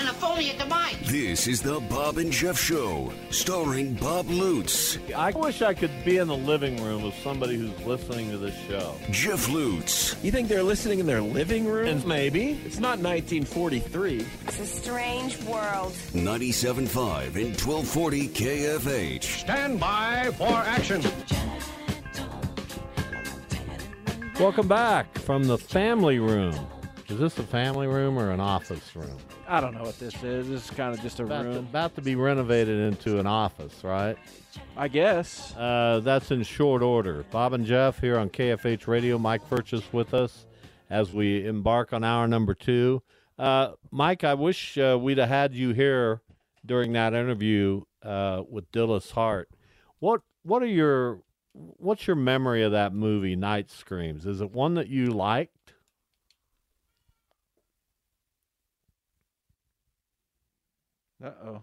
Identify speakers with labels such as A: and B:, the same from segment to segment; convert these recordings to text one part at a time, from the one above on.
A: and a phony at the mic.
B: This is the Bob and Jeff Show, starring Bob Lutz,
C: I wish I could be in the living room of somebody who's listening to this show.
B: Jeff Lutz,
D: You think they're listening in their living room?
C: And maybe.
D: it's not 1943.
E: It's a strange world.
B: 97.5 and 1240 KFH.
C: Stand by for action. Welcome back from the family room. Is this a family room or an office room?
F: I don't know what this is. This is kind of just a
C: About to,
F: room,
C: about to be renovated into an office, right?
F: I guess.
C: Uh, that's in short order. Bob and Jeff here on KFH Radio. Mike Purchase with us as we embark on hour number two. Uh, Mike, I wish uh, we'd have had you here during that interview uh, with Dillis Hart. What What are your What's your memory of that movie, Night Screams? Is it one that you liked?
F: Uh oh.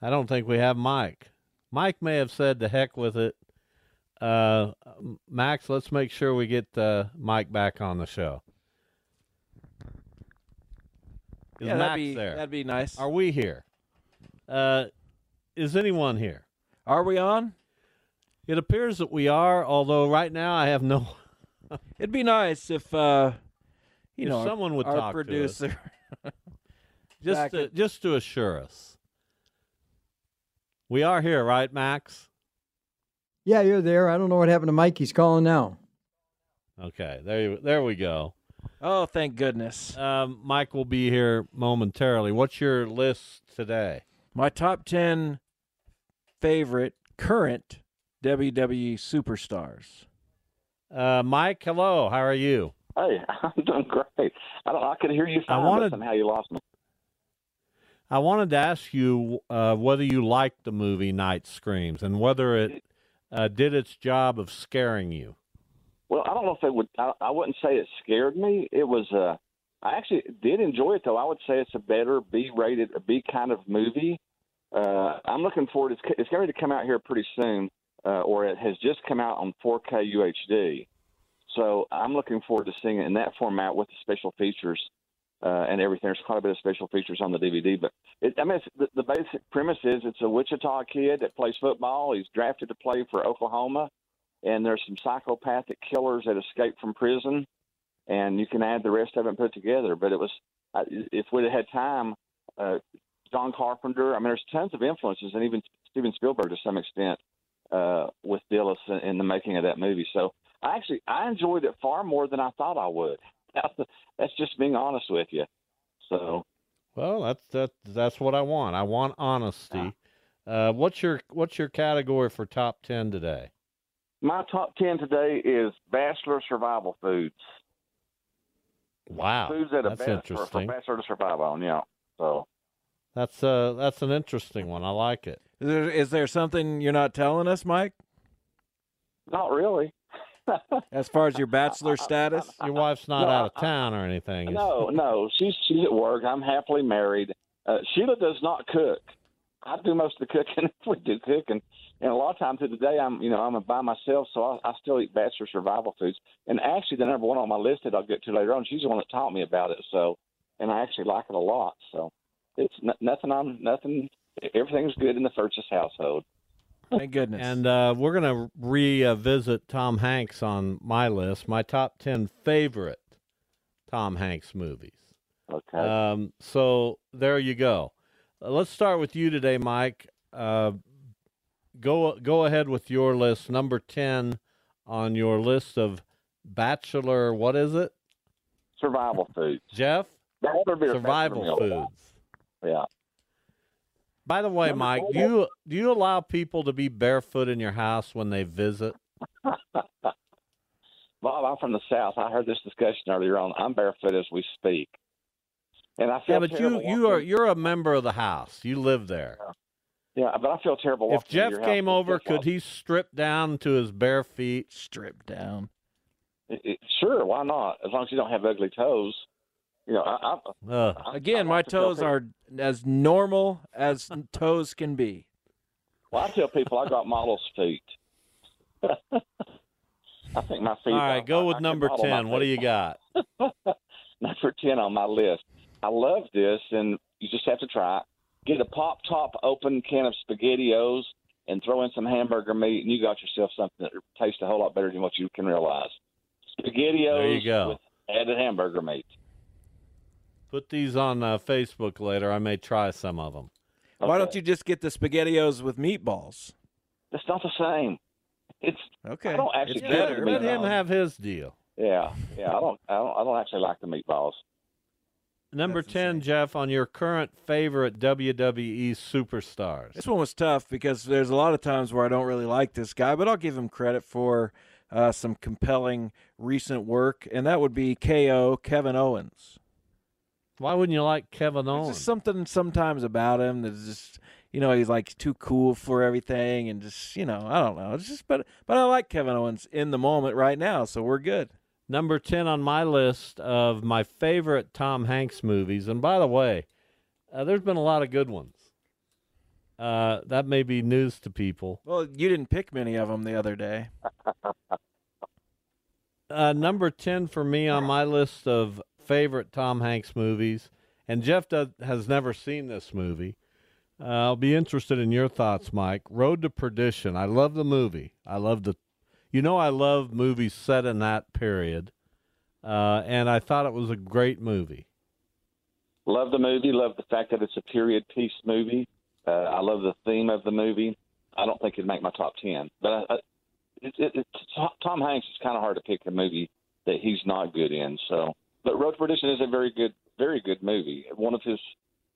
C: I don't think we have Mike. Mike may have said the heck with it. Uh, M- Max, let's make sure we get uh, Mike back on the show. Is
F: Yeah,
C: Max
F: that'd be
C: there?
F: that'd be nice.
C: Are we here? Uh, is anyone here?
F: Are we on?
C: It appears that we are, although right now I have no.
F: It'd be nice if uh, you
C: If
F: know, our-
C: someone would
F: our
C: talk to us.
F: producer.
C: Just
F: Back
C: to,
F: at-
C: just to assure us, we are here, right, Max?
G: Yeah, you're there. I don't know what happened to Mike. He's calling now.
C: Okay, there you, there we go.
F: Oh, thank goodness.
C: Um, Mike will be here momentarily. What's your list today?
F: My top ten favorite current WWE superstars.
C: Uh, Mike, hello. How are you?
H: Hey, I'm doing great. I don't. I could hear you fine,
C: wanted-
H: but somehow you lost me.
C: I wanted to ask you uh, whether you liked the movie Night Screams and whether it uh, did its job of scaring you.
H: Well, I don't know if it would. I, I wouldn't say it scared me. It was. Uh, I actually did enjoy it though. I would say it's a better B-rated, a B kind of movie. Uh, I'm looking forward. It's, it's going to come out here pretty soon, uh, or it has just come out on 4K UHD. So I'm looking forward to seeing it in that format with the special features uh, and everything. There's quite a bit of special features on the DVD, but it, I mean, it's, the, the basic premise is it's a Wichita kid that plays football. He's drafted to play for Oklahoma, and there's some psychopathic killers that escape from prison, and you can add the rest of it and put it together. But it was, I- if we'd have had time, uh, John Carpenter. I mean, there's tons of influences, and even Steven Spielberg to some extent uh, with Dillis in, in the making of that movie. So I actually I enjoyed it far more than I thought I would. That's just being honest with you. So
C: Well, that's that, that's what I want. I want honesty.
H: Ah.
C: Uh, what's your what's your category for top ten today?
H: My top 10 today is bachelor survival foods.
C: Wow,
H: foods that a
C: Ah, that's
H: bachelor, for
C: interesting.
H: bachelor to survive on, yeah. So,
C: That's uh that's an interesting one. I like it.
F: Is there, is there something you're not telling us, Mike?
H: not really.
F: As far as your bachelor status?
C: Your wife's not
H: Uh, No,
C: out of
H: I-
C: town or anything. is-
H: No, no. She's, she's at work. I'm happily married. Uh, Sheila does not cook. I do most of the cooking if we do cooking. And a lot of times today, I'm you know I'm by myself, so I, I still eat bachelor survival foods. And actually, the number one on my list that I'll get to later on, she's the one that taught me about it. So, and I actually like it a lot. So, it's n- nothing. I'm nothing. Everything's good in the Furchess household.
F: Thank goodness.
C: And uh, we're gonna revisit Tom Hanks on my list. My top ten favorite Tom Hanks movies.
H: Okay.
C: Um, so there you go. Uh, let's start with you today, Mike. Uh, go go ahead with your list, number ten on your list of bachelor. What is it,
H: survival foods.
C: Jeff?
H: That better be a fact for
C: Survival
H: me.
C: foods.
H: Yeah.
C: By the way,
H: Number
C: Mike,
H: four.
C: do you do you allow people to be barefoot in your house when they visit?
H: Bob, I'm from the South. I heard this discussion earlier on. I'm barefoot as we speak, and I feel
C: Yeah, but you
H: terrible
C: you
H: walking-
C: are you're a member of the house. You live there.
H: yeah, but I feel terrible.
C: If
H: walking into
C: Jeff
H: your house
C: came
H: with
C: over,
H: this on.
C: could he strip down to his bare feet?
F: Stripped down.
H: It- it- Sure, why not? As long as you don't have ugly toes. You know, I, I,
C: Ugh.
H: I- I like
F: Again, my
H: to tell
F: toes
H: people-
F: are as normal as toes can be.
H: Well, I tell people I got models' feet. I think my feet.
C: All
H: I-
C: right, go
H: I- I
C: with
H: can
C: number
H: model my
C: ten. What do
H: feet.
C: you got?
H: Number ten on my list. I love this, and you just have to try. it. Get a pop top open can of spaghettios and throw in some hamburger meat, and you got yourself something that tastes a whole lot better than what you can realize. Spaghettios
C: There you go.
H: with added hamburger meat.
C: Put these on uh, Facebook later. I may try some of them.
F: Why don't
H: Okay.
F: you just get the spaghettios with meatballs?
H: It's not the same. It's
F: Okay.
H: I don't actually
F: it's
H: care to
F: better.
H: me.
C: Let him
H: no.
C: have his deal.
H: yeah, yeah. I don't, I don't, I don't actually like the meatballs.
C: Number
F: That's
C: ten,
F: insane.
C: Jeff, on your current favorite WWE superstars.
F: This one was tough because there's a lot of times where I don't really like this guy, but I'll give him credit for uh, some compelling recent work, and that would be KO Kevin Owens.
C: Why wouldn't you like Kevin
F: There's
C: Owens?
F: just something sometimes about him that's just you know he's like too cool for everything, and just you know I don't know. It's just but but I like Kevin Owens in the moment right now, so we're good.
C: Number 10 on my list of my favorite Tom Hanks movies. And by the way, uh, there's been a lot of good ones. Uh, that may be news to people.
F: Well, you didn't pick many of them the other day.
C: Uh, number 10 for me on my list of favorite Tom Hanks movies, and Jeff does, has never seen this movie. Uh, I'll be interested in your thoughts, Mike. Road to Perdition. I love the movie. I love the, you know, I love movies set in that period. Uh, and I thought it was a great movie.
H: Love the movie. Love the fact that it's a period piece movie. Uh, I love the theme of the movie. I don't think it'd make my top ten, but I, I, it, it, it, Tom Hanks is kind of hard to pick a movie that he's not good in. So, but Road to Perdition is a very good, very good movie. One of his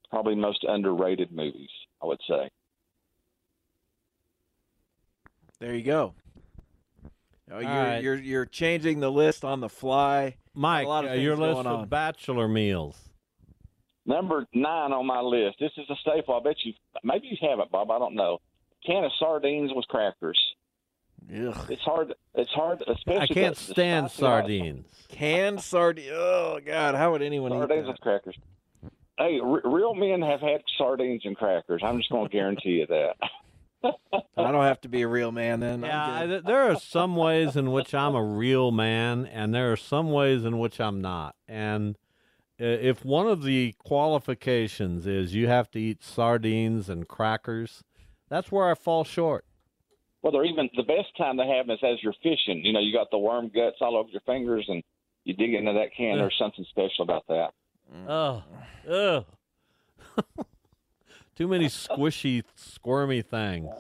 H: probably most underrated movies, I would say.
F: There you go. Oh, you're,
C: right.
F: you're you're changing the list on the fly.
C: Mike,
F: lot of
C: uh, your
F: things
C: list
F: going
C: of
F: on.
C: bachelor meals.
H: Number nine on my list. This is a staple. I bet you, maybe you haven't, Bob. I don't know. Can of sardines with crackers.
F: Ugh.
H: It's hard. It's hard, especially.
C: I can't
H: the- the
C: stand
H: spicy rice.
C: sardines.
F: Canned sardine. Oh God, how would anyone
H: Sardines
F: eat
H: with crackers. Hey, r- real men have had sardines and crackers. I'm just going to guarantee you that.
F: that? I don't have to be a real man then. I'm
C: Yeah, I,
F: good.
C: th- there are some ways in which I'm a real man, and there are some ways in which I'm not. And uh, if one of the qualifications is you have to eat sardines and crackers, that's where I fall short.
H: Well, they're even the best time to have them is as you're fishing. You know, you got the worm guts all over your fingers, and you dig into that can. There's something special about that.
C: Ugh, ugh. Too many squishy, squirmy things.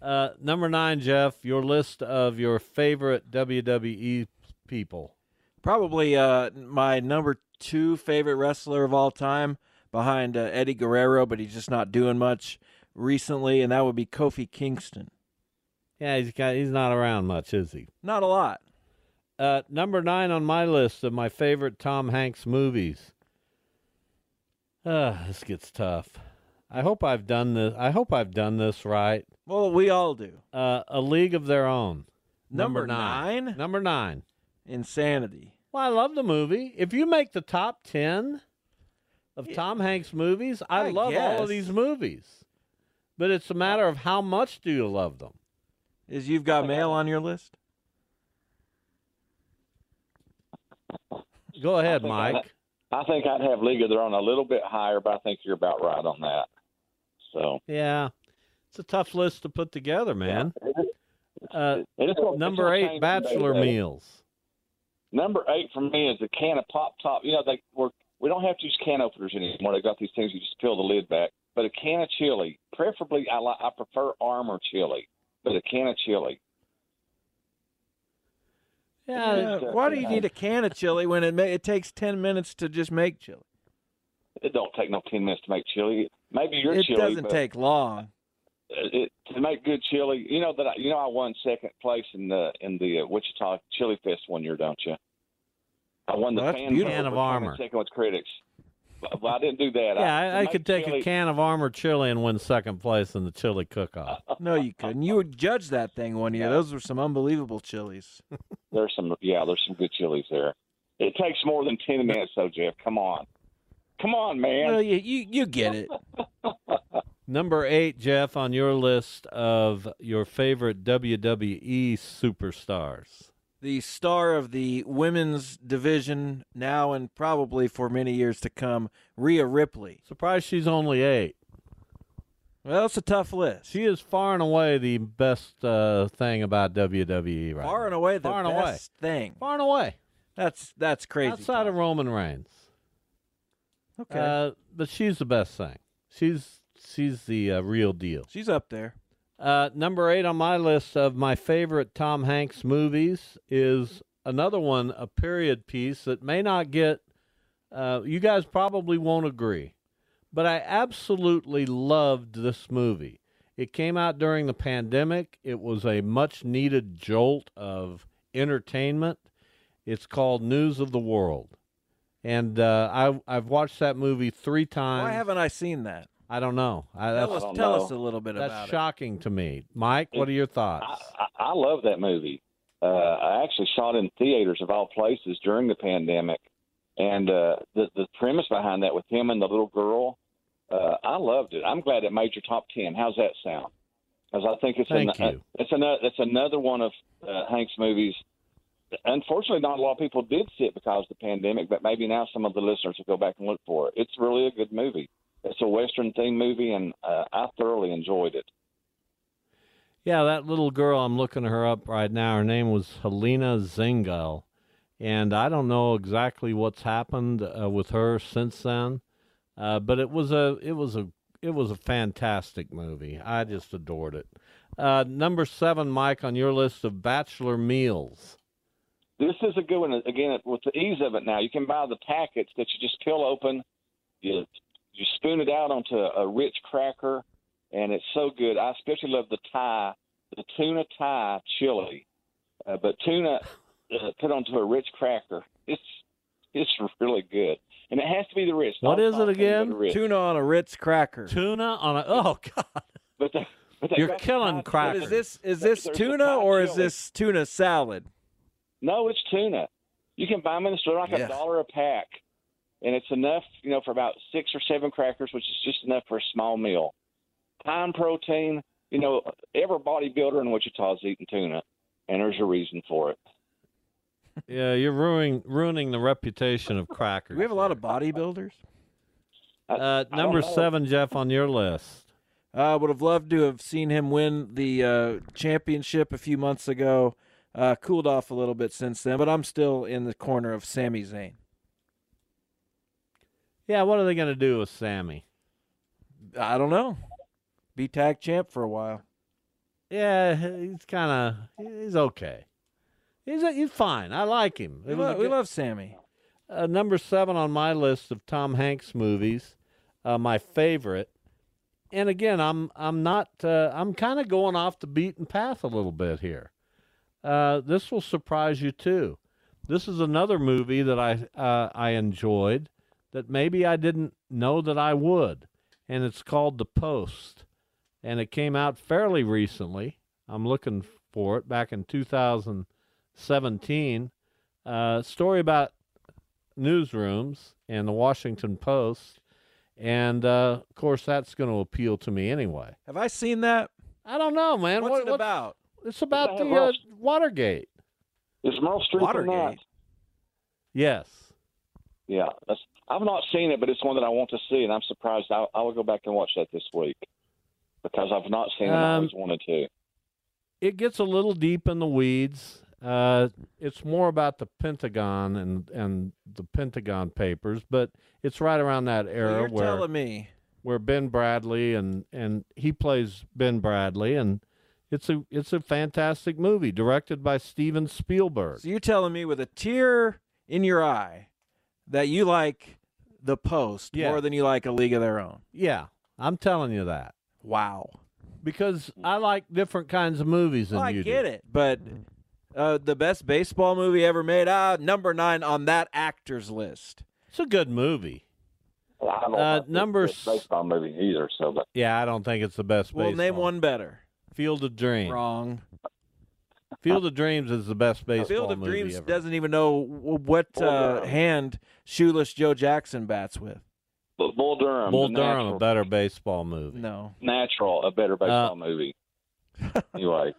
C: Uh, number nine, Jeff, your list of your favorite WWE people.
F: Probably uh, my number two favorite wrestler of all time, behind uh, Eddie Guerrero, but he's just not doing much recently, and that would be Kofi Kingston.
C: Yeah, he's got, he's not around much, is he?
F: Not a lot.
C: Uh, number nine on my list of my favorite Tom Hanks movies. Uh, this gets tough. I hope I've done this. I hope I've done this right.
F: Well, we all do.
C: Uh, A League of Their Own.
F: Number nine?
C: Number nine.
F: Insanity.
C: Well, I love the movie. If you make the top ten of Tom Hanks movies, I,
F: I
C: love all
F: guess.
C: of these movies. But it's a matter of how much do you love them.
F: Is you've got mail on your list?
C: Go ahead,
H: think I-
C: Mike.
H: I think I'd have League of Their Own a little bit higher, but I think you're about right on that. So,
C: Yeah, it's a tough list to put together, man. Uh,
H: it is gonna- it's
C: Number
H: gonna
C: eight,
H: change from day to
C: bachelor
H: day.
C: meals.
H: Number eight for me is the can of pop top. You know, they we're, we don't have to use can openers anymore. They got these things you just peel the lid back. But a can of chili, preferably I li- I prefer Armor chili, but a can of chili.
C: Yeah,
H: uh,
F: Yeah, why do you need a can of chili when it ma- it takes ten minutes to just make chili?
H: It don't take no ten minutes to make chili. Maybe your
F: it
H: chili
F: doesn't
H: but
F: take long.
H: uh, It, to make good chili, you know that I, you know I won second place in the in the uh, Wichita Chili Fest one year, don't you? I won the
C: Well, that's
H: pan
C: beautiful.
H: vote
C: Can of
H: for coming
C: armor.
H: Second with critics. But, but I didn't do that.
C: Yeah,
H: to
C: I, I
H: make
C: could take
H: chili-
C: a can of armor chili and win second place in the chili cook-off.
F: No, you couldn't. You would judge that thing one year. Those were some unbelievable chilies.
H: There's some, yeah, there's some good chilies there. It takes more than ten minutes, though, Jeff. Come on, come on, man.
F: Well, you, you you get it.
C: Number eight, Jeff, on your list of your favorite WWE superstars.
F: The star of the women's division now and probably for many years to come, Rhea Ripley.
C: Surprised she's only eight.
F: Well, it's a tough list.
C: She is far and away the best uh, thing about WWE right
F: far and
C: now.
F: away the
C: Far and away.
F: best thing.
C: Far and away.
F: That's that's crazy.
C: Outside of
F: talk.
C: Roman Reigns.
F: okay,
C: Uh, but she's the best thing. She's she's the uh, real deal.
F: she's up there.
C: Uh, number eight on my list of my favorite Tom Hanks movies is another one, a period piece that may not get, uh, you guys probably won't agree, but I absolutely loved this movie. It came out during the pandemic. It was a much needed jolt of entertainment. It's called News of the World. And uh, I, I've watched that movie three times.
F: Why haven't I seen that?
C: I don't know. I,
F: Tell
C: uh, that's
F: us,
H: don't
F: tell
H: know.
F: us a little bit
C: that's
F: about
C: shocking to me. Mike, what are
H: I,
C: your thoughts?
H: I- I love that movie. Uh, I actually saw it in theaters of all places during the pandemic, and uh, the the premise behind that with him and the little girl, uh, I loved it. I'm glad it made your top ten. How's that sound? Because I think it's
C: Thank
H: an, uh,
C: you.
H: it's another that's another one of uh, Hank's movies. Unfortunately, not a lot of people did see it because of the pandemic, but maybe now some of the listeners will go back and look for it. It's really a good movie. It's a western themed movie, and uh, I thoroughly enjoyed it.
C: Yeah, that little girl, I'm looking her up right now. Her name was Helena Zengel. And I don't know exactly what's happened uh, with her since then. Uh, but it was a it was a it was a fantastic movie. I just adored it. Uh, number seven, Mike, on your list of bachelor meals.
H: This is a good one. Again, with the ease of it now, you can buy the packets that you just peel open, you you spoon it out onto a rich cracker, and it's so good. I especially love the Thai, the tuna Thai chili, uh, but tuna uh, put onto a rich cracker. It's it's really good, and it has to be the rich.
C: What
H: Not
C: is it
H: something but
C: again?
H: the
F: it.
H: Ritz.
F: Tuna on a Ritz cracker.
C: Tuna on a oh god,
H: But they- but they
C: You're
H: got the
C: killing
H: Thai
F: What
C: crackers.
F: is
H: chili.
F: this? Is
H: There's
F: this
H: a
F: tuna
H: Thai
F: or is
H: chili.
F: this tuna salad?
H: No, it's tuna. You can buy them in the store like
F: Yeah.
H: a dollar a pack, and it's enough, you know, for about six or seven crackers, which is just enough for a small meal. High in protein. You know, every bodybuilder in Wichita is eating tuna, and there's a reason for it.
C: yeah, you're ruining ruining the reputation of crackers.
F: Do we have a lot of bodybuilders.
H: I-
C: uh,
H: I don't
C: number
H: know.
C: seven, Jeff, on your list.
F: Uh, I would have loved to have seen him win the uh, championship a few months ago. Uh, cooled off a little bit since then, but I'm still in the corner of Sami Zayn.
C: Yeah, what are they going to do with Sammy?
F: I don't know. Be tag champ for a while.
C: Yeah, he's kind of he's okay. He's he's fine. I like him.
F: We,
C: It was
F: lo-
C: a
F: we
C: good-
F: love Sammy.
C: uh, number seven on my list of Tom Hanks movies, uh, my favorite. And again, I'm I'm not uh, I'm kind of going off the beaten path a little bit here. Uh, this will surprise you too. This is another movie that I uh, I enjoyed that maybe I didn't know that I would, and it's called The Post, and it came out fairly recently. I'm looking for it back in 2017. Uh, story about newsrooms and the Washington Post. And uh, of course, that's going to appeal to me anyway.
F: Have I seen that?
C: I don't know, man.
F: What's
C: What-
F: it about?
C: It's about
H: What the
C: the
H: hell
C: uh,
H: else?
C: Watergate.
H: Is Meryl Streep in that?
F: Watergate.
C: Yes.
H: Yeah, that's, I've not seen it, but it's one that I want to see, and I'm surprised. I, I will go back and watch that this week because I've not seen it. and I
C: Um,
H: always wanted to.
C: It gets a little deep in the weeds. Uh, it's more about the Pentagon and, and the Pentagon Papers, but it's right around that
F: So
C: era
F: you're
C: where
F: telling me
C: where Ben Bradley and and he plays Ben Bradley, and it's a it's a fantastic movie directed by Steven Spielberg.
F: So you're telling me with a tear in your eye that you like The Post
C: Yeah.
F: more than you like A League of Their Own.
C: Yeah, I'm telling you that
F: Wow.
C: because I like different kinds of movies than
F: Well, Mm. Oh, I
C: you
F: get
C: do.
F: it, but uh, the best baseball movie ever made, ah, number nine on that actors list.
C: It's a good movie.
H: I don't
C: Uh,
H: like this-
C: number
H: this baseball movie either. So, but
C: Yeah, I don't think it's the best.
F: Well, name
C: baseball.
F: one better.
C: Field of Dreams.
F: Wrong.
C: Field of Dreams is the best baseball
F: Field of
C: movie
F: Dreams
C: ever.
F: doesn't even know wh- what
H: Bull
F: uh,
H: Durham.
F: hand shoeless Joe Jackson bats with.
H: but Bull Durham,
C: Bull
H: the
C: Durham, a
H: natural,
C: better baseball movie.
F: No.
H: natural, a better baseball movie. Anyway,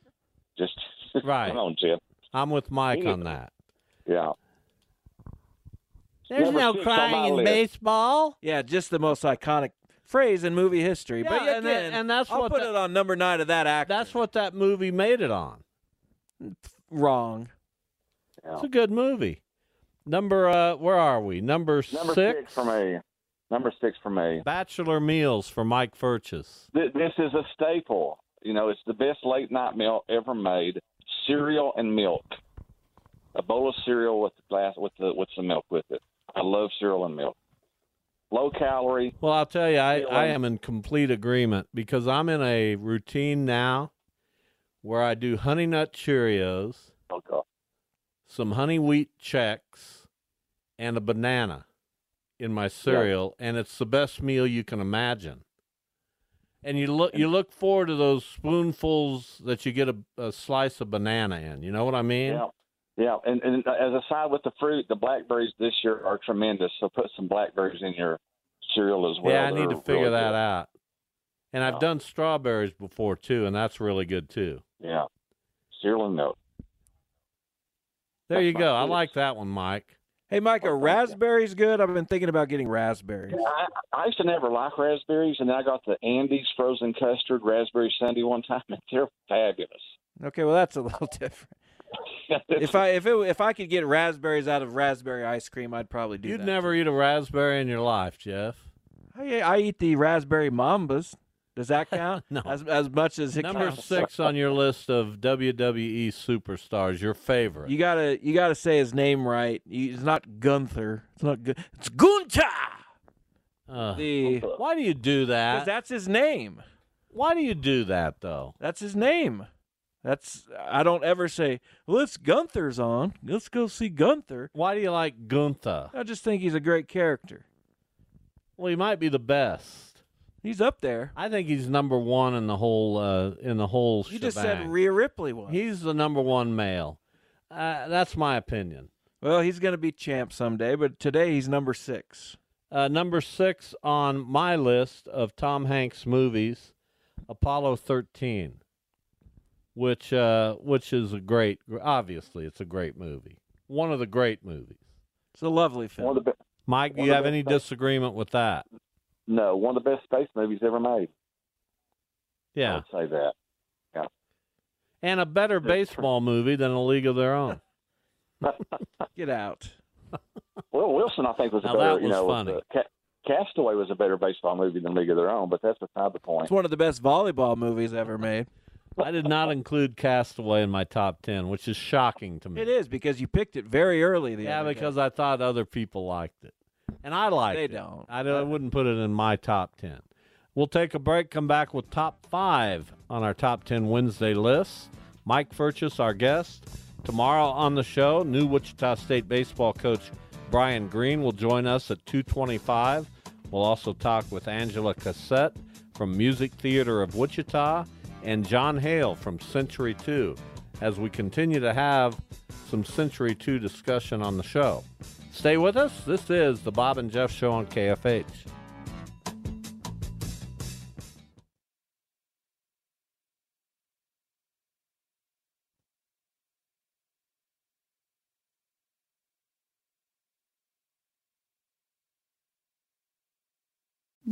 H: just
C: Right.
H: Come on, Jim.
C: I'm with Mike
H: Yeah.
C: on that.
H: Yeah.
C: There's
H: Number
C: no
H: six on my
C: crying in
H: list.
C: baseball.
F: Yeah, just the most iconic phrase in movie history.
C: Yeah,
F: but again,
C: and that- and that's
F: I'll
C: what
F: put
C: the-
F: it on number nine of that actor.
C: That's what that movie made it on.
F: wrong.
H: yeah.
C: It's a good movie. Number uh, where are we? Number,
H: Number
C: six.
H: six. for me. Number six for me.
C: Bachelor meals for Mike Furchess.
H: Th- This is a staple. You know, it's the best late night meal ever made. Cereal and milk. A bowl of cereal with the glass with the with some milk with it. I love cereal and milk. Low calorie.
C: Well, I'll tell you, I,
H: Yeah,
C: I
H: well-
C: am in complete agreement because I'm in a routine now where I do Honey Nut Cheerios,
H: Oh God.
C: some honey wheat checks, and a banana in my cereal, and it's the best meal you can imagine. And you look you look forward to those spoonfuls that you get a, a slice of banana in. You know what I mean?
H: Yeah. Yeah, and, and as a side with the fruit, the blackberries this year are tremendous. So put some blackberries in your cereal as well.
C: yeah, I need to figure
H: out.
C: that out. And I've
H: Yeah.
C: done strawberries before too, and that's really good too.
H: Yeah, cereal and milk.
C: There
H: That's
C: you
H: my
C: go. I
H: choice.
C: like that one, Mike.
F: Hey, Mike, are raspberries good? I've been thinking about getting raspberries.
H: I, I used to never like raspberries, and then I got the Andes frozen custard raspberry sundae one time, and they're fabulous.
F: Okay, well that's a little different. If I if it, if I could get raspberries out of raspberry ice cream, I'd probably do
C: You'd
F: that.
C: never eat a raspberry in your life, Jeff.
F: I, I eat the raspberry mambas. Does that count?
C: No.
F: As as much as it
C: Number
F: counts.
C: six on your list of WWE superstars, your favorite.
F: You gotta you gotta say his name right. You, it's not Gunther. It's not good. It's Gunta.
C: Ugh.
F: The
C: Uh, why do you do Ah, that?
F: because that's his name.
C: Why do you do that though?
F: That's his name. That's I don't ever say. Well, it's Gunther's on. Let's go see Gunther.
C: Why do you like Gunther?
F: I just think he's a great character.
C: Well, he might be the best.
F: He's up there.
C: I think he's number one in the whole uh, in the whole.
F: You just said
C: shebang.
F: Rhea Ripley was.
C: He's the number one male. Uh, that's my opinion.
F: well, he's gonna be champ someday, but today he's number six.
C: Uh, number six on my list of Tom Hanks movies, Apollo 13, which uh, which is a great. Obviously, it's a great movie. One of the great movies.
F: It's a lovely film.
H: one of the be-
C: Mike, do
H: One
C: you
H: of
C: have
H: the
C: any
H: best.
C: disagreement with that?
H: no, one of the best space movies ever made.
C: Yeah,
H: I'd say that.
C: and a better baseball movie than A League of Their Own.
F: Get out.
H: Well, Wilson, I think was a
C: Now,
H: better.
C: that
H: you
C: was
H: know, was
C: funny.
H: the- Ca- Castaway was a better baseball movie than League of Their Own, but that's beside the point.
F: It's one of the best volleyball movies ever made.
C: I did not include Castaway in my top ten, which is shocking to me.
F: It is because you picked it very early. The
C: Hmm. Yeah,
F: other day.
C: because I thought other people liked it, and I liked
F: They
C: it.
F: don't.
C: I, don't- I wouldn't put it in my top ten. We'll take a break. Come back with top five on our top ten Wednesday list. Mike Furchess, our guest tomorrow on the show. New Wichita State baseball coach Brian Green will join us at two twenty-five. We'll also talk with Angela Cassette from Music Theater of Wichita and John Hale from Century Two as we continue to have some Century 2 discussion on the show. Stay with us. This is the Bob and Jeff Show on KFH.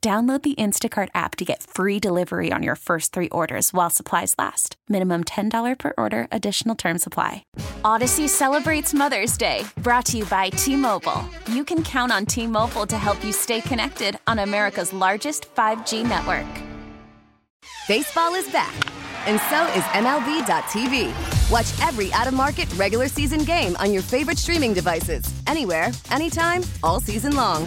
I: Download the Instacart app to get free delivery on your first three orders while supplies last. Minimum $10 per order, additional term supply. Odyssey celebrates Mother's Day, brought to you by T Mobile. You can count on T Mobile to help you stay connected on America's largest 5G network.
J: Baseball is back, and so is MLB.tv. Watch every out of market regular season game on your favorite streaming devices, anywhere, anytime, all season long.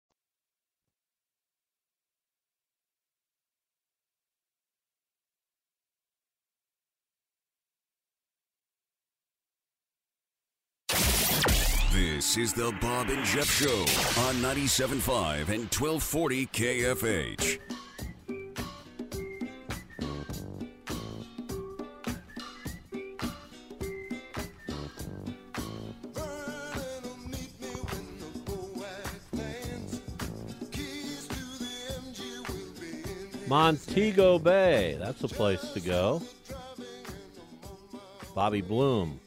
B: This is the Bob and Jeff Show on 97.5 and 1240 KFH.
C: Montego Bay. That's a place to go. Bobby Bloom.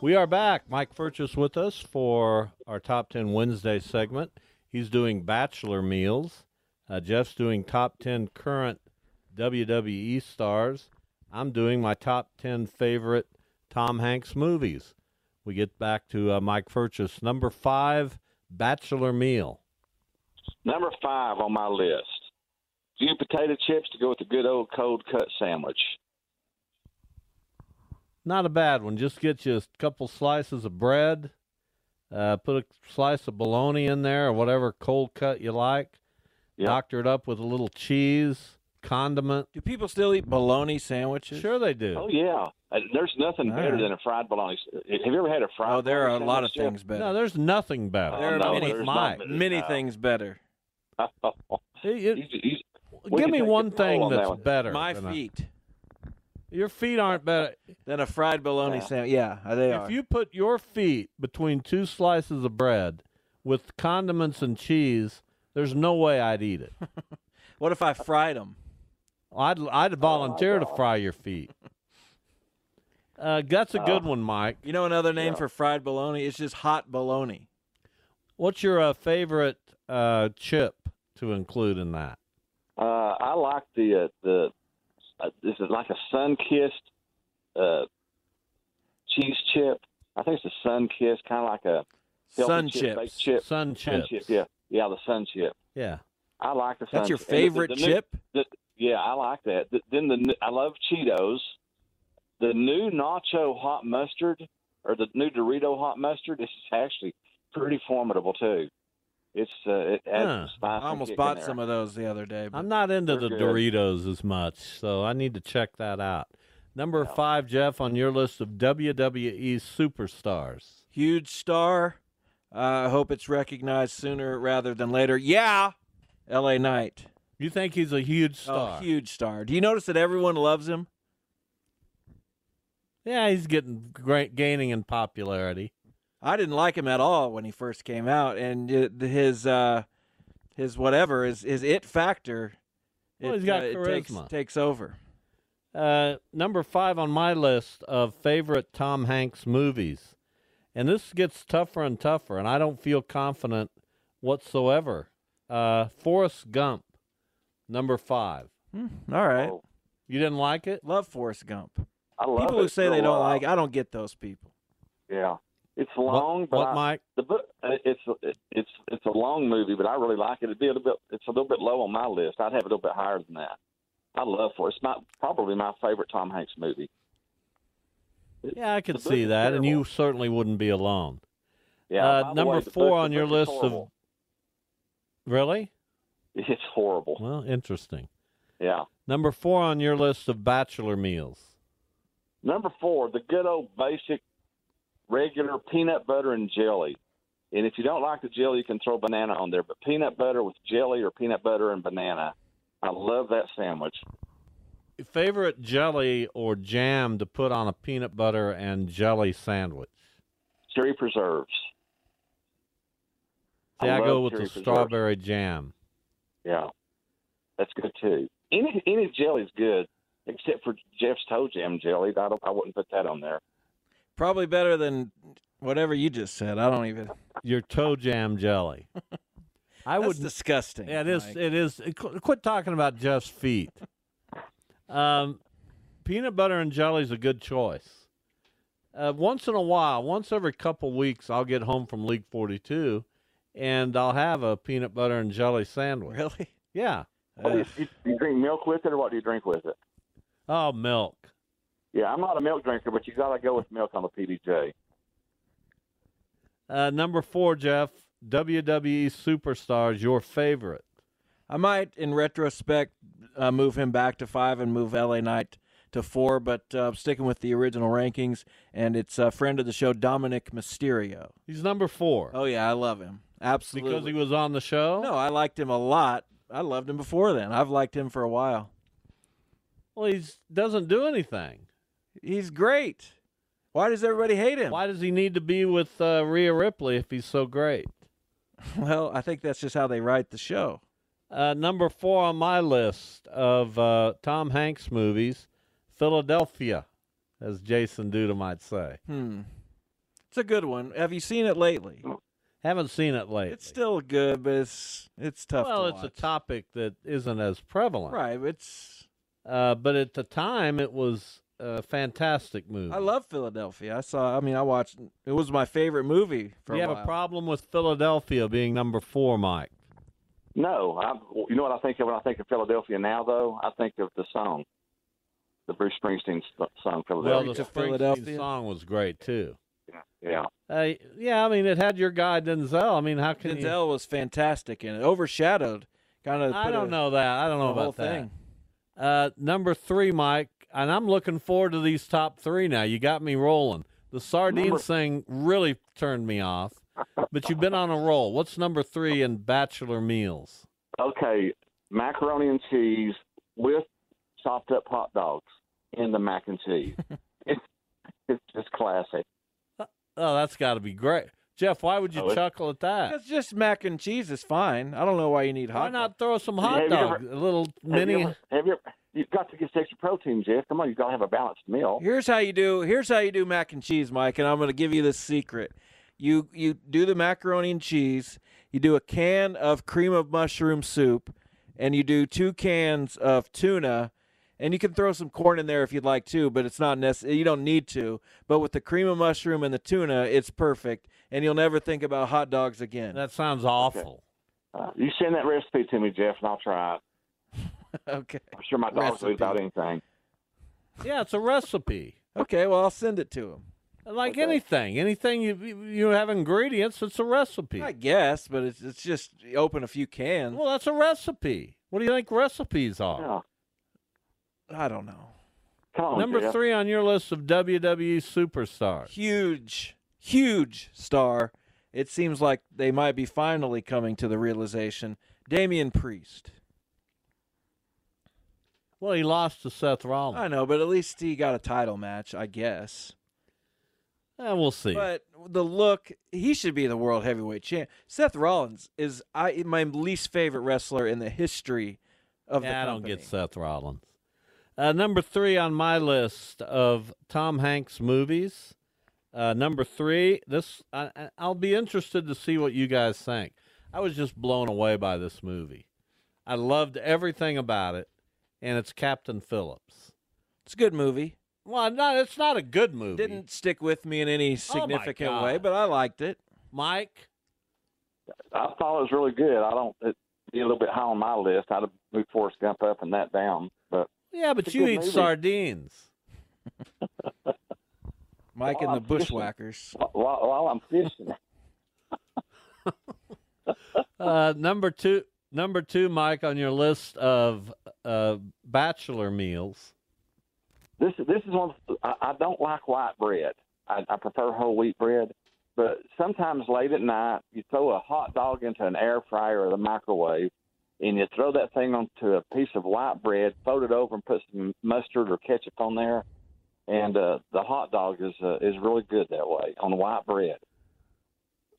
C: We are back. Mike Furchess with us for our Top 10 Wednesday segment. He's doing bachelor meals. Uh, Jeff's doing top 10 current WWE stars. I'm doing my top 10 favorite Tom Hanks movies. We get back to uh, Mike Furchess. Number five, bachelor meal.
H: Number five on my list: few potato chips to go with a good old cold cut sandwich.
C: Not a bad one. Just get you a couple slices of bread, uh, put a slice of bologna in there or whatever cold cut you like, doctor it up with a little cheese, condiment.
F: Do people still eat bologna sandwiches?
C: Sure, they do.
H: Oh yeah, Uh, there's nothing
F: All
H: better
F: right.
H: than a fried bologna. s- Have you ever had a fried?
F: Oh, there are a
H: bologna
F: lot of
H: sandwich,
F: things
H: Jeff?
F: better.
C: No, there's nothing better.
H: Oh,
F: there are
H: no,
F: many,
H: there's
C: Mike,
H: not
F: many
H: no.
F: things better.
C: You- you-
H: You- you- we can
C: give me
H: take the
C: one
H: poll
C: thing
H: on that
C: that's
H: one.
C: better.
F: My
C: than a-
F: feet
C: your feet aren't better.
F: than a fried bologna
H: Yeah.
F: sandwich. Yeah, they
C: If
F: are.
C: you put your feet between two slices of bread with condiments and cheese, there's no way I'd eat it.
F: what if I fried them?
C: I'd I'd volunteer to fry your feet. Uh, that's a
H: Oh.
C: good one, Mike.
F: You know another name for fried bologna? It's just hot bologna.
C: What's your uh, favorite uh, chip to include in that?
H: Uh, I like the uh, the uh, this is like a sun kissed uh, cheese chip. I think it's a sun kissed, kind of like a healthy
F: Sun
H: chip,
F: chips.
H: baked chip,
C: Sun
H: sun
C: chips.
H: chip. Yeah, yeah, the sun chip.
C: Yeah.
H: I like the.
F: That's
H: sun
F: your
H: chip. And the-
F: favorite
H: the new-
F: chip?
H: the- yeah, I like that. Th then the n- I love Cheetos. The new nacho hot mustard or the new Dorito hot mustard is actually pretty formidable too. It's uh, it adds
C: Huh.
H: a spice
F: I almost bought some of those the other day. But
C: I'm not into the
H: They're good.
C: Doritos as much, so I need to check that out. Number five, Jeff, on your list of WWE superstars.
F: huge star. Uh, I hope it's recognized sooner rather than later. Yeah, L.A. Knight.
C: You think he's a huge star?
F: Oh, huge star. Do you notice that everyone loves him?
C: Yeah, he's getting great gaining in popularity.
F: I didn't like him at all when he first came out, and it, his uh, his whatever is his it factor.
C: Well,
F: it,
C: he's got
F: uh, it takes,
C: charisma.
F: takes over.
C: Uh, number five on my list of favorite Tom Hanks movies, and this gets tougher and tougher, and I don't feel confident whatsoever. Uh, Forrest Gump, number five.
F: Hmm, All right,
C: You didn't like it?
F: love Forrest Gump.
H: Oh, I love
F: People who
H: it
F: say
H: for
F: they
H: a
F: don't
H: while.
F: like, I don't get those people.
H: Yeah, it's long,
C: what,
H: but
C: what
H: I,
C: Mike?
H: the book uh, it's it's it's a long movie, but I really like it. It'd be a little bit it's a little bit low on my list. I'd have it a little bit higher than that. I love for it's my probably my favorite Tom Hanks movie.
C: Yeah, I could
H: the book
C: see
H: is
C: that, and you
H: terrible.
C: certainly wouldn't be alone.
H: Yeah,
C: Uh,
H: by the
C: number
H: way, the
C: four
H: book- the
C: on your
H: book is
C: list of-
H: horrible.
C: Really?
H: it's horrible.
C: Well, interesting.
H: Yeah,
C: Number four on your list of bachelor meals.
H: number four, the good old basic regular peanut butter and jelly. And if you don't like the jelly, you can throw banana on there. But peanut butter with jelly or peanut butter and banana, I love that sandwich.
C: Favorite jelly or jam to put on a peanut butter and jelly sandwich?
H: cherry preserves.
C: See, I,
H: love
C: go with the
H: cherry preserves.
C: strawberry jam.
H: Yeah, that's good too. Any any jelly's good, except for Jeff's toe jam jelly. I don't. I wouldn't put that on there.
F: Probably better than whatever you just said. I don't even.
C: Your toe jam jelly. I
F: That's
C: would
F: disgusting.
C: Yeah, it is.
F: Mike.
C: It is. qu- Quit talking about Jeff's feet. Um, peanut butter and jelly is a good choice. Uh, once in a while, once every couple weeks, I'll get home from League Forty Two, and I'll have a peanut butter and jelly sandwich.
F: Really?
C: Yeah.
H: What do you, you, you drink milk with it, or what do you drink with it?
C: Oh, milk.
H: Yeah, I'm not a milk drinker, but you got to go with milk on a PBJ.
C: Uh, number four, Jeff. WWE superstars, your favorite.
F: I might, in retrospect, uh, move him back to five and move LA Knight to four, but uh, I'm sticking with the original rankings, and it's a friend of the show, Dominic Mysterio.
C: He's number four
F: Oh, yeah, I love him. Absolutely.
C: because he was on the show.
F: No, I liked him a lot. I loved him before then. I've liked him for a while.
C: Well, he doesn't do anything.
F: He's great. Why does everybody hate him?
C: Why does he need to be with uh, Rhea Ripley if he's so great?
F: Well, I think that's just how they write the show.
C: Uh, number four on my list of uh, Tom Hanks movies, Philadelphia, as Jason Duda might say.
F: Hmm. It's a good one. Have you seen it lately?
C: Haven't seen it lately.
F: It's still good, but it's it's tough.
C: well,
F: to
C: it's
F: watch.
C: a topic that isn't as prevalent,
F: Right, it's.
C: Uh, but at the time, it was a fantastic movie.
F: I love Philadelphia. I saw. I mean, I watched. It was my favorite movie for
C: Do you
F: a
C: have
F: while.
C: a problem with Philadelphia being number four, Mike?
H: No, I, you know what I think of when I think of Philadelphia now, though? I think of the song, the Bruce Springsteen s- song,
C: Well,
H: Philadelphia.
C: the
F: to
C: Springsteen
F: Philadelphia.
C: song was great too.
H: yeah.
C: Uh, yeah, I mean, it had your guy Denzel. I mean, how can you?
F: Denzel was fantastic in it. Overshadowed, kind of.
C: I don't know that. I don't know
F: The
C: about
F: whole
C: that.
F: thing.
C: Uh, number three, Mike, and I'm looking forward to these top three now. You got me rolling. The sardines
H: Number-
C: thing really turned me off, but you've been on a roll. What's number three in bachelor meals?
H: Okay, macaroni and cheese with chopped up hot dogs in the mac and cheese. it's, it's just classic.
C: Oh, that's got to be great, Jeff. Why would you
H: Oh, it-
C: chuckle at that?
F: That's just mac and cheese is fine. I don't know why you need hot.
C: Why not throw some
H: Have
C: hot
H: you
C: dog,
H: ever-
C: a little
H: Have
C: mini?
H: you, ever, have you ever- you've got to get extra protein, Jeff. Come on, you've got to have a balanced meal.
F: Here's how you do. Here's how you do mac and cheese, Mike. And I'm going to give you this secret. You you do the macaroni and cheese. You do a can of cream of mushroom soup, and you do two cans of tuna, and you can throw some corn in there if you'd like to, but it's not necessary. You don't need to. But with the cream of mushroom and the tuna, it's perfect, and you'll never think about hot dogs again.
C: That sounds awful.
H: Uh, you send that recipe to me, Jeff, and I'll try it.
F: okay.
H: I'm sure my dogs will eat
F: Recipe.
H: about anything.
C: Yeah, it's a recipe.
F: Okay. Well, I'll send it to him.
C: Like anything, anything you you- you have ingredients, it's a recipe.
F: I guess, but it's it's just open a few cans.
C: Well, that's a recipe. What do you think recipes are?
H: Yeah.
F: I don't know.
H: Come on,
C: Number
H: Jeff.
C: three on your list of WWE superstars.
F: huge, huge star. It seems like they might be finally coming to the realization. Damian Priest.
C: Well, he lost to Seth
F: I
C: Rollins.
F: know, but at least he got a title match, I guess.
C: Eh, we'll see.
F: But the look, he should be the world heavyweight champ. Seth Rollins is I my least favorite wrestler in the history of
C: Yeah, I
F: the
C: don't
F: company.
C: get Seth Rollins. Uh, number three on my list of Tom Hanks movies. Uh, number three, this I, I- I'll be interested to see what you guys think. I was just blown away by this movie. I loved everything about it, and it's Captain Phillips.
F: It's a good movie.
C: Well, not, it's not a good movie. Oh
F: Didn't stick with me in any significant way,
C: God.
F: but I liked it.
C: Mike?
H: I thought it was really good. I don't it be a little bit high on my list. I'd have moved Forrest Gump up and that down, but
C: Yeah, but
H: It's a
C: you
H: good
C: eat
H: movie.
C: sardines.
F: Mike
H: Well,
F: and the
H: I'm fishing.
F: Bushwhackers.
H: while, while I'm fishing,
C: Uh, number two, number two, Mike, on your list of uh, bachelor meals.
H: this is this is one. I, I don't like white bread. I, I prefer whole wheat bread. But sometimes late at night, you throw a hot dog into an air fryer or the microwave, and you throw that thing onto a piece of white bread, fold it over, and put some mustard or ketchup on there. and uh, the hot dog is uh, is really good that way on white bread.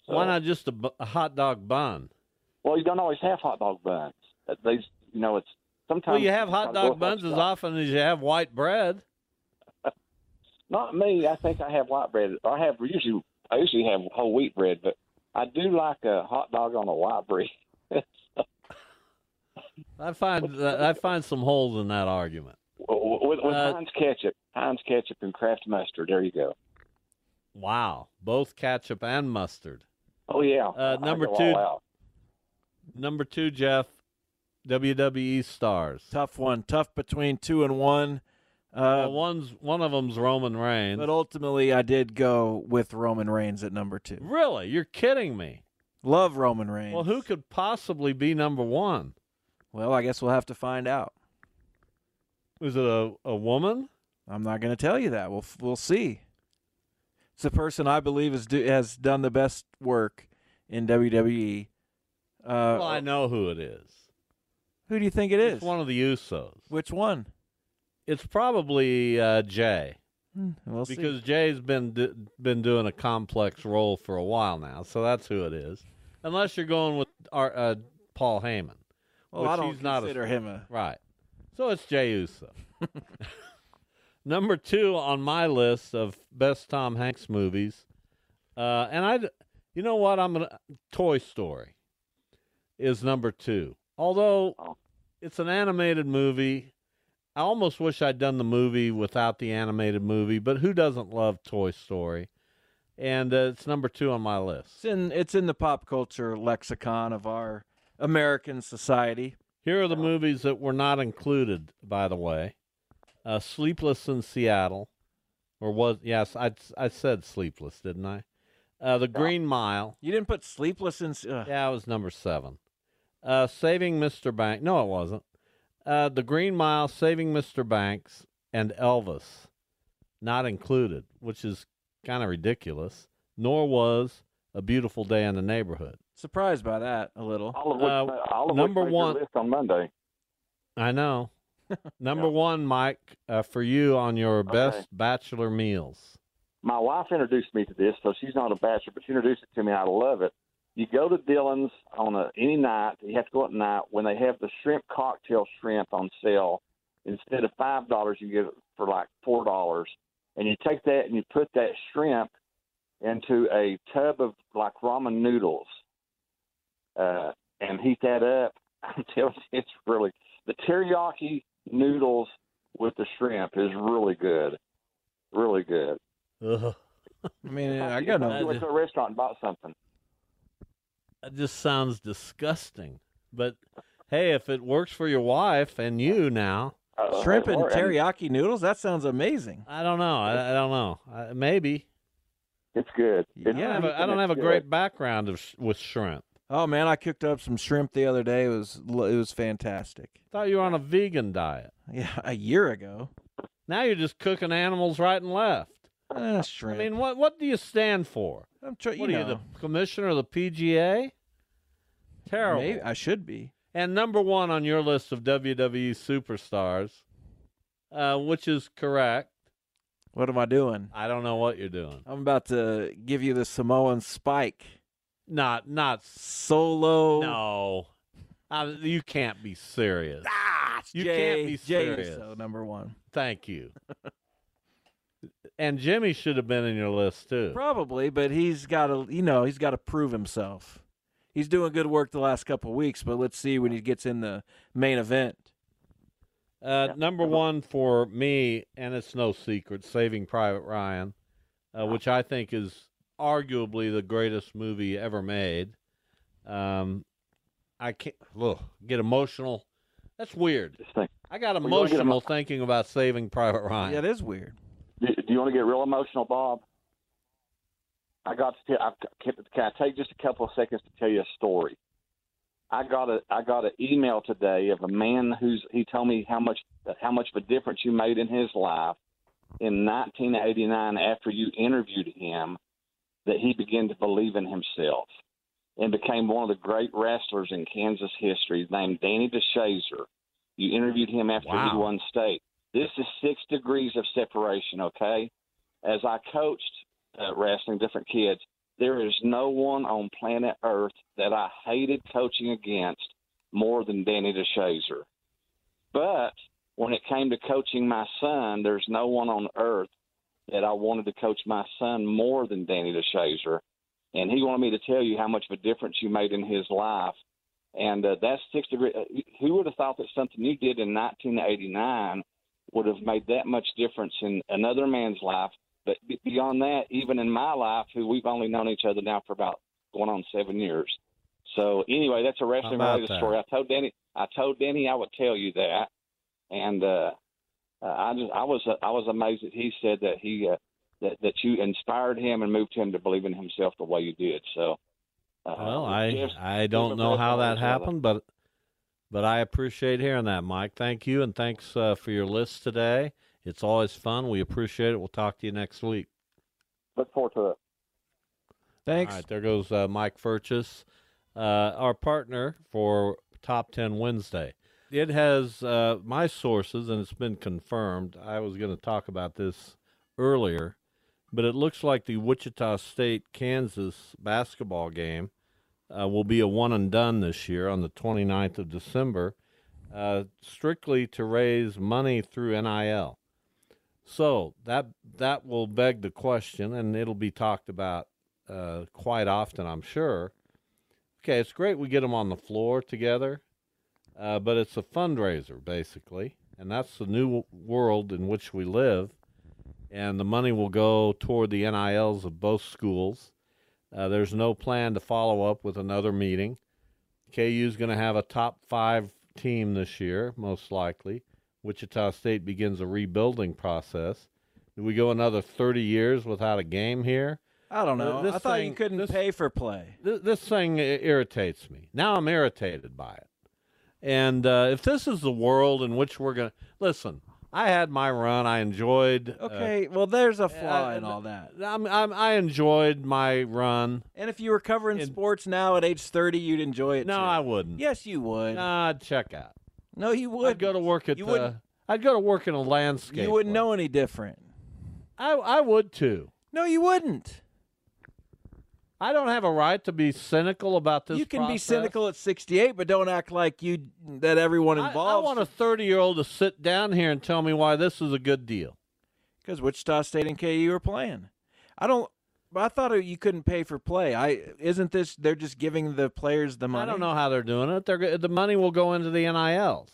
C: Why not just a, bu- a hot dog bun?
H: Well, you don't always have hot dog buns. Uh, They, you know, it's sometimes.
C: Well, you have hot dog buns as often as you have white bread.
H: Not me. I think I have white bread. I have usually I usually have whole wheat bread, but I do like a hot dog on a white bread.
C: I find I find some holes in that argument.
H: With, with
C: Uh,
H: Heinz ketchup, Heinz ketchup and Kraft mustard. There you go.
C: Wow, both ketchup and mustard.
H: Oh yeah.
C: Uh,
H: I
C: number
H: go
C: two,
H: all out.
C: number two, Jeff, WWE stars.
F: Tough one. Tough between two and one.
C: Uh,
F: Uh,
C: one's one of them's Roman Reigns.
F: but ultimately, I did go with Roman Reigns at number two.
C: really, you're kidding me.
F: Love Roman Reigns.
C: Well, who could possibly be number one?
F: Well, I guess we'll have to find out.
C: Is it a, a woman?
F: I'm not going to tell you that. We'll we'll see. It's the person I believe is do, has done the best work in WWE. Uh,
C: well, I know who it is.
F: Who do you think it
C: It's
F: is?
C: one of the Usos.
F: Which one?
C: It's probably uh, Jay
F: Hmm, We'll see.
C: because Jay's been d- been doing a complex role for a while now, so that's who it is. Unless you're going with our, uh, Paul Heyman,
F: well,
C: which
F: I don't
C: he's not a-
F: consider him a.
C: right? So it's Jay Uso. Number two on my list of best Tom Hanks movies, uh, and I, you know what? I'm gonna Toy Story is number two. Although it's an animated movie. I almost wish I'd done the movie without the animated movie, but who doesn't love Toy Story? And uh, it's number two on my
F: It's
C: list.
F: in it's in the pop culture lexicon of our American society.
C: Here are the movies that were not included, by the way: uh, Sleepless in Seattle, or was yes, I I said Sleepless, didn't I? Uh, the Green Mile.
F: You didn't put Sleepless in. Ugh.
C: Yeah, it was number seven. Uh, Saving Mr. Banks. No, it wasn't. Uh, the Green Mile, Saving Mr. Banks, and Elvis, not included, which is kind of ridiculous. Nor was A Beautiful Day in the Neighborhood.
F: Surprised by that a little.
H: All of which,
C: Uh,
H: all of
C: number
H: which made your
C: one-
H: list on Monday.
C: I know. Number one, Mike, uh, for you on your best bachelor meals.
H: my wife introduced me to this, so she's not a bachelor, but she introduced it to me. I love it. You go to Dillon's on a, any night. You have to go at night when they have the shrimp cocktail shrimp on sale. Instead of five dollars, you get it for like four dollars, and you take that and you put that shrimp into a tub of like ramen noodles, uh, and heat that up. I'm telling you, it's really the teriyaki noodles with the shrimp is really good, really good.
C: Ugh.
F: I mean, I
H: You
F: got
H: probably went
F: no.
H: to a restaurant and bought something.
C: That just sounds disgusting. But hey, if it works for your wife and you now,
H: Uh,
F: Shrimp and
H: or-
F: teriyaki noodles. That sounds amazing.
C: I don't know. I, I don't know. I, maybe.
H: It's good.
C: I don't have a, I don't have a great background of sh- with shrimp.
F: Oh man, I cooked up some shrimp the other day. It was l- it was fantastic.
C: Thought you were on a vegan diet.
F: Yeah, a year ago.
C: Now you're just cooking animals right and left.
F: Eh,
C: I
F: shrimp.
C: mean, what what do you stand for?
F: I'm trying.
C: What are you, the commissioner of the PGA? Terrible.
F: Maybe I should be.
C: And number one on your list of WWE superstars, uh, which is correct.
F: What am I doing?
C: I don't know what you're doing.
F: I'm about to give you the Samoan spike
C: Not not
F: solo.
C: no. I, you can't be serious.
F: Ah, it's
C: You
F: Jay-
C: can't be
F: Jay
C: serious.
F: Uso, number one.
C: Thank you. and Jimmy should have been in your list too.
F: Probably, but he's got to, you know, he's got to prove himself. He's doing good work the last couple of weeks, but let's see when he gets in the main event.
C: Uh, number
H: Uh-huh.
C: one for me, and it's no secret, Saving Private Ryan, uh,
H: Uh-huh.
C: which I think is arguably the greatest movie ever made. Um, I can't ugh, get emotional. That's weird.
H: Just think,
C: I got
H: Well, you wanna get
C: emotional thinking about Saving Private Ryan.
F: Yeah, it is weird.
H: do, do you want to get real emotional, Bob? I got to tell. I, can, can I take just a couple of seconds to tell you a story? I got a I got an email today of a man who's he told me how much how much of a difference you made in his life in 1989 after you interviewed him that he began to believe in himself and became one of the great wrestlers in Kansas history named Danny DeShazer. You interviewed him after
C: Wow.
H: he won state This is six degrees of separation, okay? As I coached uh, wrestling different kids, there is no one on planet Earth that I hated coaching against more than Danny DeShazer. But when it came to coaching my son, there's no one on earth that I wanted to coach my son more than Danny DeShazer. And he wanted me to tell you how much of a difference you made in his life. And uh, that's six degrees. Who would have thought that something you did in 1989 would have made that much difference in another man's life? But b- beyond that, even in my life, who we've only known each other now for about going on seven years. So anyway, that's a wrestling
C: about
H: related
C: that?
H: story. I told Danny, I told Danny I would tell you that, and uh, uh, I just I was I was amazed that he said that he uh, that that you inspired him and moved him to believe in himself the way you did. So uh,
C: Well, I
H: Jeff's-
C: I don't
H: Jeff's
C: know how that
H: brother-
C: happened, but but I appreciate hearing that, Mike. Thank you, and thanks uh, for your list today. It's always fun. We appreciate it. We'll talk to you next week.
H: Look forward to it.
F: Thanks.
C: All right, there goes uh, Mike Furchess, uh, our partner for Top 10 Wednesday. It has uh, my sources, and it's been confirmed. I was going to talk about this earlier, but it looks like the Wichita State Kansas basketball game uh, will be a one and done this year on the 29th of December, uh, strictly to raise money through NIL. So that that will beg the question, and it'll be talked about uh, quite often, I'm sure. Okay, it's great we get them on the floor together, uh, but it's a fundraiser basically, and that's the new w- world in which we live. And the money will go toward the NILs of both schools. Uh, there's no plan to follow up with another meeting. KU's going to have a top five team this year, most likely. Wichita State begins a rebuilding process. Do we go another 30 years without a game here?
F: I don't know.
C: This
F: I thought
C: thing-
F: you couldn't
C: this-
F: pay for play.
C: Th- this thing i- irritates me. Now I'm irritated by it. And uh, if this is the world in which we're going to listen, I had my run. I enjoyed. uh,
F: Okay, well, there's a flaw
C: I-
F: in all that.
C: I'm, I'm, I enjoyed my run.
F: And if you were covering
C: And-
F: sports now at age 30, you'd enjoy it.
C: No,
F: too.
C: I wouldn't.
F: Yes, you would.
C: Nah, I'd check out.
F: no, you
C: I'd
F: would.
C: go to work at.
F: You
C: uh,
F: wouldn't.
C: I'd go to work in a landscape.
F: You wouldn't
C: place.
F: know any different.
C: I, I would too.
F: No, you wouldn't.
C: I don't have a right to be cynical about this.
F: you can be
C: process.
F: cynical at 68, but don't act like you that everyone
C: I, I
F: involved.
C: want a 30 year old to sit down here and tell me why this is a good deal.
F: because Wichita State and KU are playing. I don't. I thought you couldn't pay for play. I isn't this? They're just giving the players the money.
C: I don't know how they're doing it. They're go- the money will go into the NILs.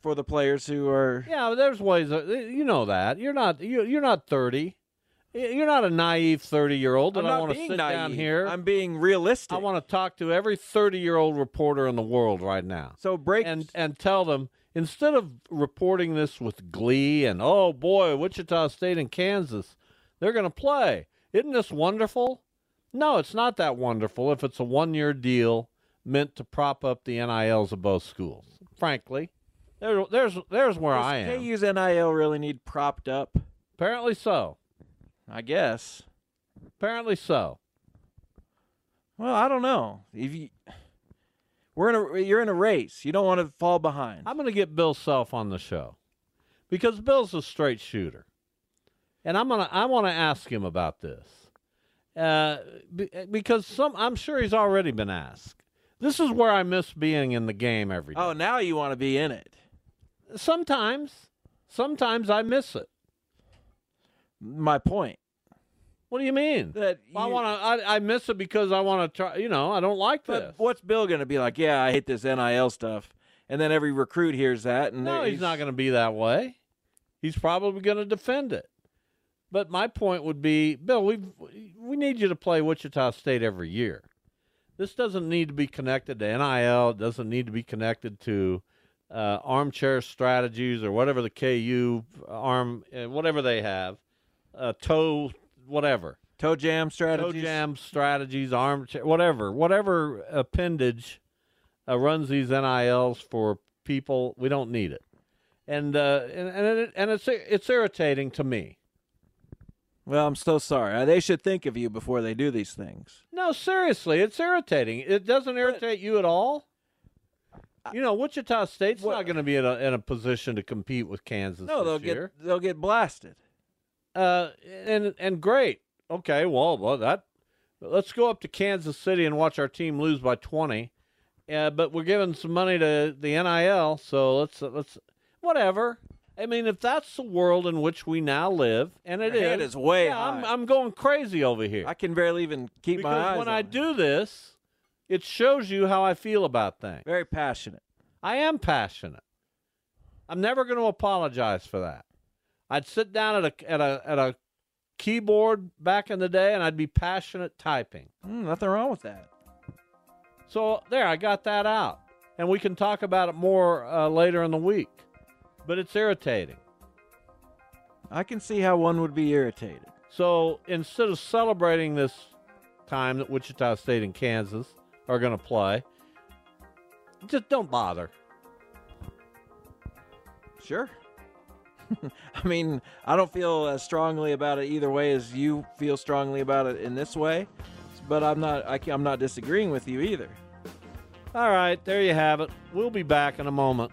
F: for the players who are.
C: Yeah, but there's ways. Of, you know that you're not you, you're not thirty. Y- You're not a naive thirty year old.
F: I'm
C: And I
F: not
C: want to
F: being
C: sit
F: naive.
C: down here.
F: I'm being realistic.
C: I want to talk to every thirty year old reporter in the world right now.
F: so break
C: and and tell them instead of reporting this with glee and oh boy, Wichita State and Kansas, they're going to play. Isn't this wonderful? No, it's not that wonderful if it's a one-year deal meant to prop up the NILs of both schools. Frankly, there, there's there's where
F: Does
C: I am.
F: KU's NIL really need propped up.
C: Apparently so.
F: I guess.
C: Apparently so.
F: Well, I don't know. If you, we're in a you're in a race. You don't want to fall behind. Oh,
C: I'm going to get Bill Self on the show because Bill's a straight shooter, and I'm gonna I want to ask him about this uh, be- because some I'm sure he's already been asked. This is where I miss being in the game every day.
F: oh, now you want to be in it.
C: sometimes, sometimes I miss it.
F: My point
C: What do you mean?
F: that
C: Well, I
F: you-
C: want to. I, I miss it because I want to try. You know, I don't like
F: But
C: this.
F: what's Bill going to be like? Yeah, I hate this NIL stuff. And then every recruit hears that, and
C: No,
F: there-
C: he's, not going to be that way. He's probably going to defend it. But my point would be, Bill, we we need you to play Wichita State every year. This doesn't need to be connected to NIL. It doesn't need to be connected to uh, armchair strategies or whatever the KU arm, uh, whatever they have, uh, toe, whatever.
F: toe jam
C: Toe
F: strategies.
C: jam strategies, armchair, whatever, whatever appendage uh, runs these NILs for people. We don't need it, and uh, and and, it, and it's it's irritating to me.
F: Well, I'm so sorry. Uh, They should think of you before they do these things.
C: No, seriously, it's irritating. It doesn't irritate you at all. you know, Wichita State's not going to be in a, in a position to compete with Kansas.
F: No, they'll
C: this year.
F: get they'll get blasted.
C: Uh, and and great. Okay, well, well that let's go up to Kansas City and watch our team lose by twenty. Uh, but we're giving some money to the NIL, so let's let's whatever. I mean, if that's the world in which we now live, and it is,
F: Your hand is way
C: yeah, I'm,
F: high.
C: I'm going crazy over here.
F: I can barely even keep
C: because
F: my eyes.
C: when
F: on
C: I
F: it.
C: do this, it shows you how I feel about things.
F: very passionate.
C: I am passionate. I'm never going to apologize for that. I'd sit down at a at a at a keyboard back in the day, and I'd be passionate typing.
F: Mm, nothing wrong with that.
C: So there, I got that out, and we can talk about it more uh, later in the week. But it's irritating.
F: I can see how one would be irritated.
C: So instead of celebrating this time that Wichita State and Kansas are going to play, just don't bother.
F: Sure. I mean, I don't feel as strongly about it either way as you feel strongly about it in this way, but I'm not. I can, I'm not disagreeing with you either.
C: All right, there you have it. We'll be back in a moment.